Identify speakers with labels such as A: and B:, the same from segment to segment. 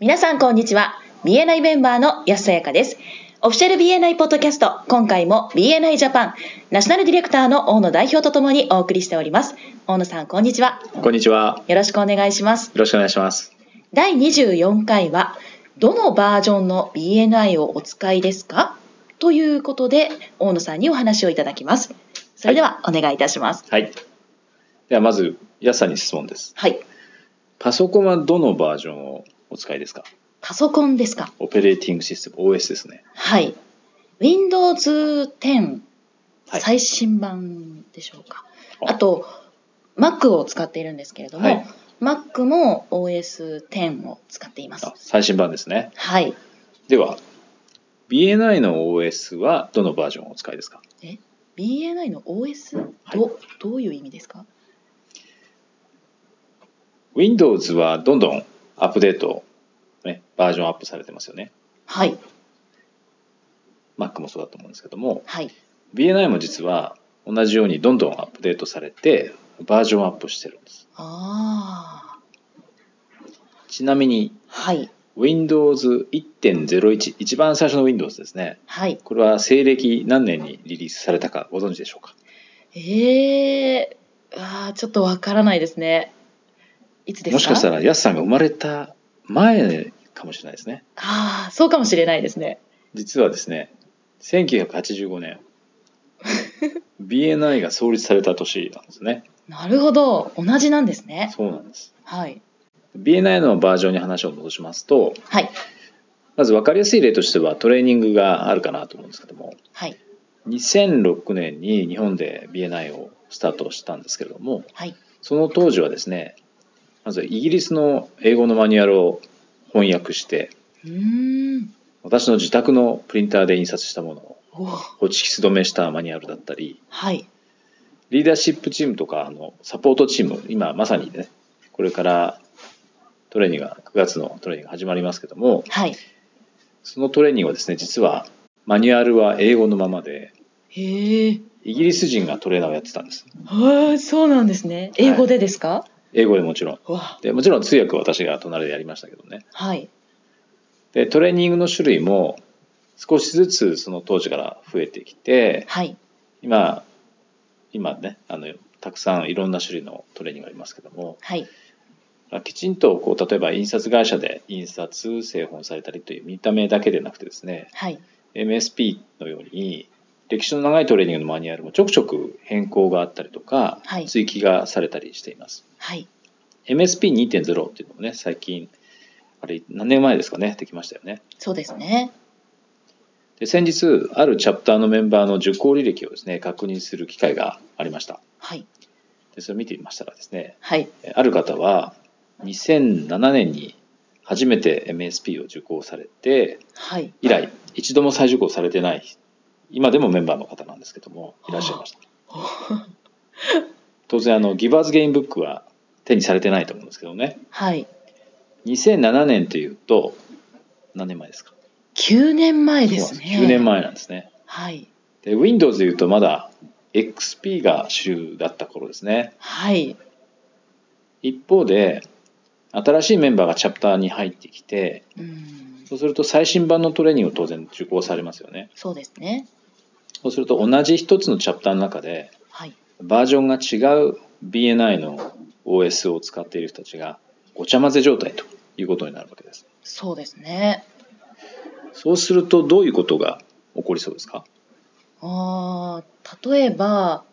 A: 皆さんこんにちは。BNI メンバーの安さやかです。オフィシャル BNI ポッドキャスト、今回も BNI ジャパン、ナショナルディレクターの大野代表とともにお送りしております。大野さん、こんにちは。
B: こんにちは。
A: よろしくお願いします。
B: よろしくお願いします。
A: 第24回は、どのバージョンの BNI をお使いですかということで、大野さんにお話をいただきます。それでは、お願いいたします。
B: はい。ではまず、やすさんに質問です。
A: はい。
B: パソコンはどのバージョンをお使いですか
A: パソコンですか
B: オペレーティングシステム、OS ですね。
A: はい。Windows 10
B: はい
A: 最新版でしょうか。
B: あ
A: あと、Mac を使っているんですけれども、
B: はい
A: Mac も OS10 を使っています
B: あ。最新版ですね。
A: はい。
B: では、BNI の OS はどのバージョンをお使いですか
A: BNI の OS、
B: はい
A: どどういう意味ですか
B: ?Windows はどんどんアップデート、ね、バージョンアップされてますよね。
A: はい。
B: Mac もそうだと思うんですけども、
A: はい。
B: BNI も実は同じようにどんどんアップデートされて、バージョンアップしてるんです。
A: あ
B: ちなみに、
A: あ。はい。
B: Windows 1.01一番最初の Windows ですね
A: はい。
B: これは西暦何年にリリースされたかご存知でしょうか
A: えー、あーちょっとわからないですね。いつですか
B: もしかしたらやすさんが生まれた前かもしれないですね
A: ああ、そうかもしれないですね。
B: 実はですね1985年 BNI が創立された年なんですね
A: なるほど。同じなんですね。
B: そうなんです
A: はい。
B: BNI のバージョンに話を戻しますと
A: はい。
B: まず分かりやすい例としてはトレーニングがあるかなと思うんですけども
A: はい。
B: 2006年に日本で BNI をスタートしたんですけれども
A: はい。
B: その当時はですね、まずイギリスの英語のマニュアルを翻訳して、
A: うーん。
B: 私の自宅のプリンターで印刷したものを
A: おー
B: ホチキス止めしたマニュアルだったり、
A: はい。
B: リーダーシップチームとかあのサポートチーム、今まさにね、これからトレーニングが、9月のトレーニングが始まりますけども、
A: はい。
B: そのトレーニングはですね、実はマニュアルは英語のままで、
A: へえ。
B: イギリス人がトレーナーをやってたんです。
A: はあ、そうなんですね。英語でですか。
B: 英語でもちろん。
A: わ。
B: でもちろん通訳は私が隣でやりましたけどね。
A: はい。
B: でトレーニングの種類も少しずつその当時から増えてきて
A: はい。
B: 今今ねあのたくさんいろんな種類のトレーニングがありますけども
A: はい。
B: きちんとこう例えば印刷会社で印刷製本されたりという見た目だけでなくてですね
A: はい。
B: MSP のように歴史の長いトレーニングのマニュアルもちょくちょく変更があったりとか、
A: はい
B: 追記がされたりしています。
A: はい。
B: MSP2.0 っていうのもね最近あれ何年前ですかねできましたよね。
A: そうですね。
B: で先日あるチャプターのメンバーの受講履歴をですね確認する機会がありました
A: はい。
B: でそれを見てみましたらですね
A: はい。
B: えある方は2007年に初めて MSP を受講されて
A: はい。
B: 以来一度も再受講されてない今でもメンバーの方なんですけどもいらっしゃい ました当然あのギバーズゲインブックは手にされてないと思うんですけどね
A: はい。
B: 2007年というと何年前ですか
A: 九年前ですね。
B: 9年。前なんですね
A: はい。
B: で Windows でいうとまだ XP が主流だった頃ですね
A: はい。
B: 一方で新しいメンバーがチャプターに入ってきて
A: うん。
B: そうすると最新版のトレーニングを当然受講されますよね
A: そうですね。
B: そうすると同じ一つのチャプターの中で
A: はい。
B: バージョンが違う BNI の OS を使っている人たちがごちゃ混ぜ状態ということになるわけです
A: そうですね。
B: そうするとどういうことが起こりそうですか
A: ああ、例えば。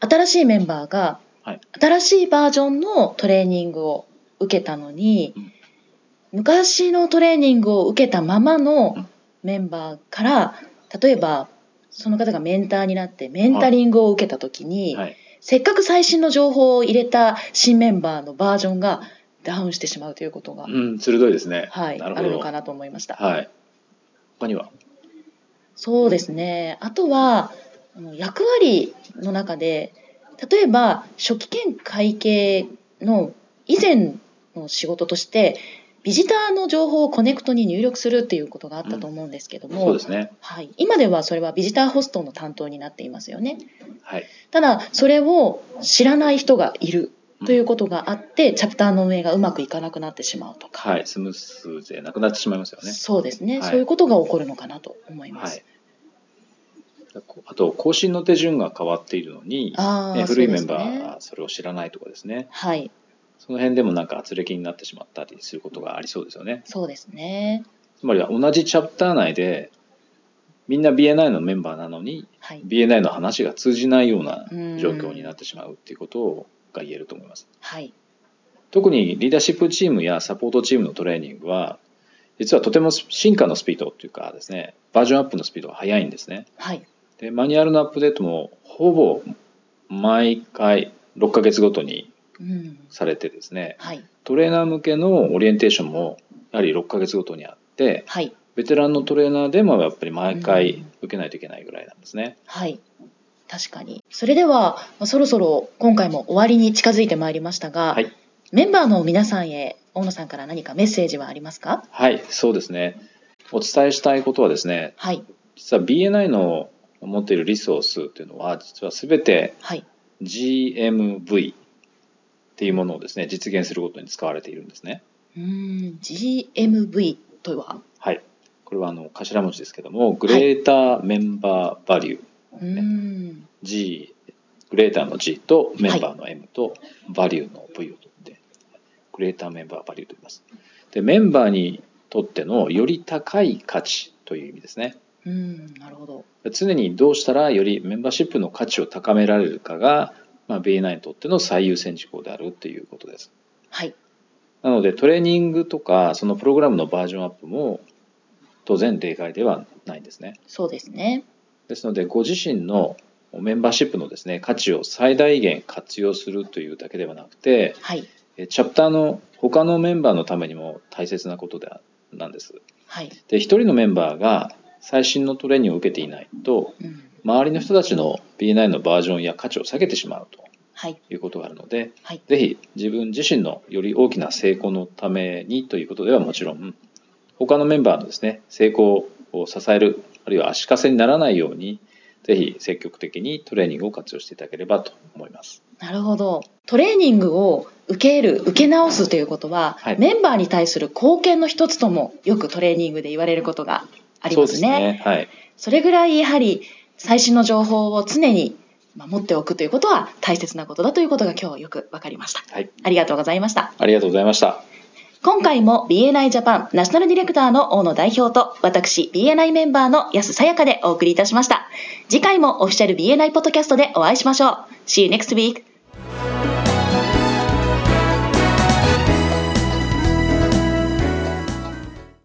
A: 新しいメンバーが
B: はい
A: 新しいバージョンのトレーニングを受けたのに
B: うん
A: 昔のトレーニングを受けたまま
B: う
A: の
B: ん
A: メンバーから例えばその方がメンターになってメンタリングを受けた時に、
B: はい
A: せっかく最新の情報を入れた新メンバーのバージョンがダウンしてしまうということが、
B: うん鋭いですね
A: はい、
B: な
A: あ
B: るほ
A: るの
B: ど
A: かなと思いました。
B: はい他には
A: そうですね。あとは、あの役割の中で、例えば、初期兼会計の以前の仕事として、ビジターの情報をコネクトに入力するっていうことがあったと思うんですけども、
B: そうですね
A: はい、今ではそれはビジターホストの担当になっていますよね。
B: はい
A: ただ、それを知らない人がいるということがあって、チャプターの運営がうまくいかなくなってしまうとか、
B: はい、スムースでなくなってしまいますよね。
A: そうですね、
B: はい
A: そういうことが起こるのかなと思いま
B: は
A: す
B: い。、あと更新の手順が変わっているのに、
A: ああ、
B: ね、
A: そう
B: 古い
A: で
B: メ
A: す
B: ン
A: ね
B: バーがそれを知らないとかですね
A: はい、
B: その辺でもなんか圧力になってしまったりすることがありそうですよね
A: そうですね。
B: つまりは同じチャプター内でみんな BNI のメンバーなのに
A: はい
B: BNI の話が通じないような
A: うん
B: 状況になってしまうっていうことが言えると思います
A: はい、
B: 特にリーダーシップチームやサポートチームのトレーニングは実はとても進化のスピードというかですねバージョンアップのスピードが速いんですね
A: はい、
B: でマニュアルのアップデートもほぼ毎回6ヶ月ごとに
A: うん、
B: されてですね
A: はい、
B: トレーナー向けのオリエンテーションもやはり6ヶ月ごとにあって
A: はい、
B: ベテランのトレーナーでもやっぱり毎
A: う
B: 回
A: ん
B: 受けないといけないぐらいなんですね。
A: はい。確かに。それでは、まあそろそろ今回も終わりに近づいてまいりましたが、
B: はい
A: メンバーの皆さんへ、大野さんから何かメッセージはありますか
B: はい、そうですね。お伝えしたいことはですね、
A: はい、
B: 実は BNI の持っているリソースというのは実は全て
A: はい、
B: GMV っていうものをですね実現することに使われているんですね。
A: うーん、GMV とは、
B: はい、これはあの頭文字ですけども、グレーターメンバーバリュー、
A: うーん、
B: G グレーターの G とメンバーの M とバリューの V を取って、グレーターメンバーバリューと言いますでメンバーにとってのより高い価値という意味ですね
A: うーん、なるほど。
B: 常にどうしたらよりメンバーシップの価値を高められるかが、まあ、BNI にとっての最優先事項であるっていうことです
A: はい、
B: なのでトレーニングとかそのプログラムのバージョンアップも当然例外ではないんですね
A: そうですね。
B: ですので、ご自身のメンバーシップのですね、価値を最大限活用するというだけではなくて、
A: はい、
B: えチャプターの他のメンバーのためにも大切なことであなんです。
A: はい、
B: で、一人のメンバーが最新のトレーニングを受けていないと、
A: うん、
B: 周りの人たちの BNI のバージョンや価値を下げてしまうと
A: はい、
B: いうことがあるので、
A: はい
B: ぜひ自分自身のより大きな成功のためにということではもちろん、他のメンバーのですね、成功を支える、あるいは足かせにならないように、ぜひ積極的にトレーニングを活用していただければと思います。
A: なるほど。トレーニングを受け入れる、受け直すということは、
B: はい
A: メンバーに対する貢献の一つとも、よくトレーニングで言われることがありますね。そ
B: そうですね。はい。
A: れぐらいやはり、最新の情報を常にまあ持っておくということは大切なことだということが今日よく分かりました。
B: はい。
A: ありがとうございました。
B: ありがとうございました。
A: 今回も BNI ジャパンナショナルディレクターの大野代表と私 BNI メンバーの安さやかでお送りいたしました。次回もオフィシャル BNI ポッドキャストでお会いしましょう。See you next week!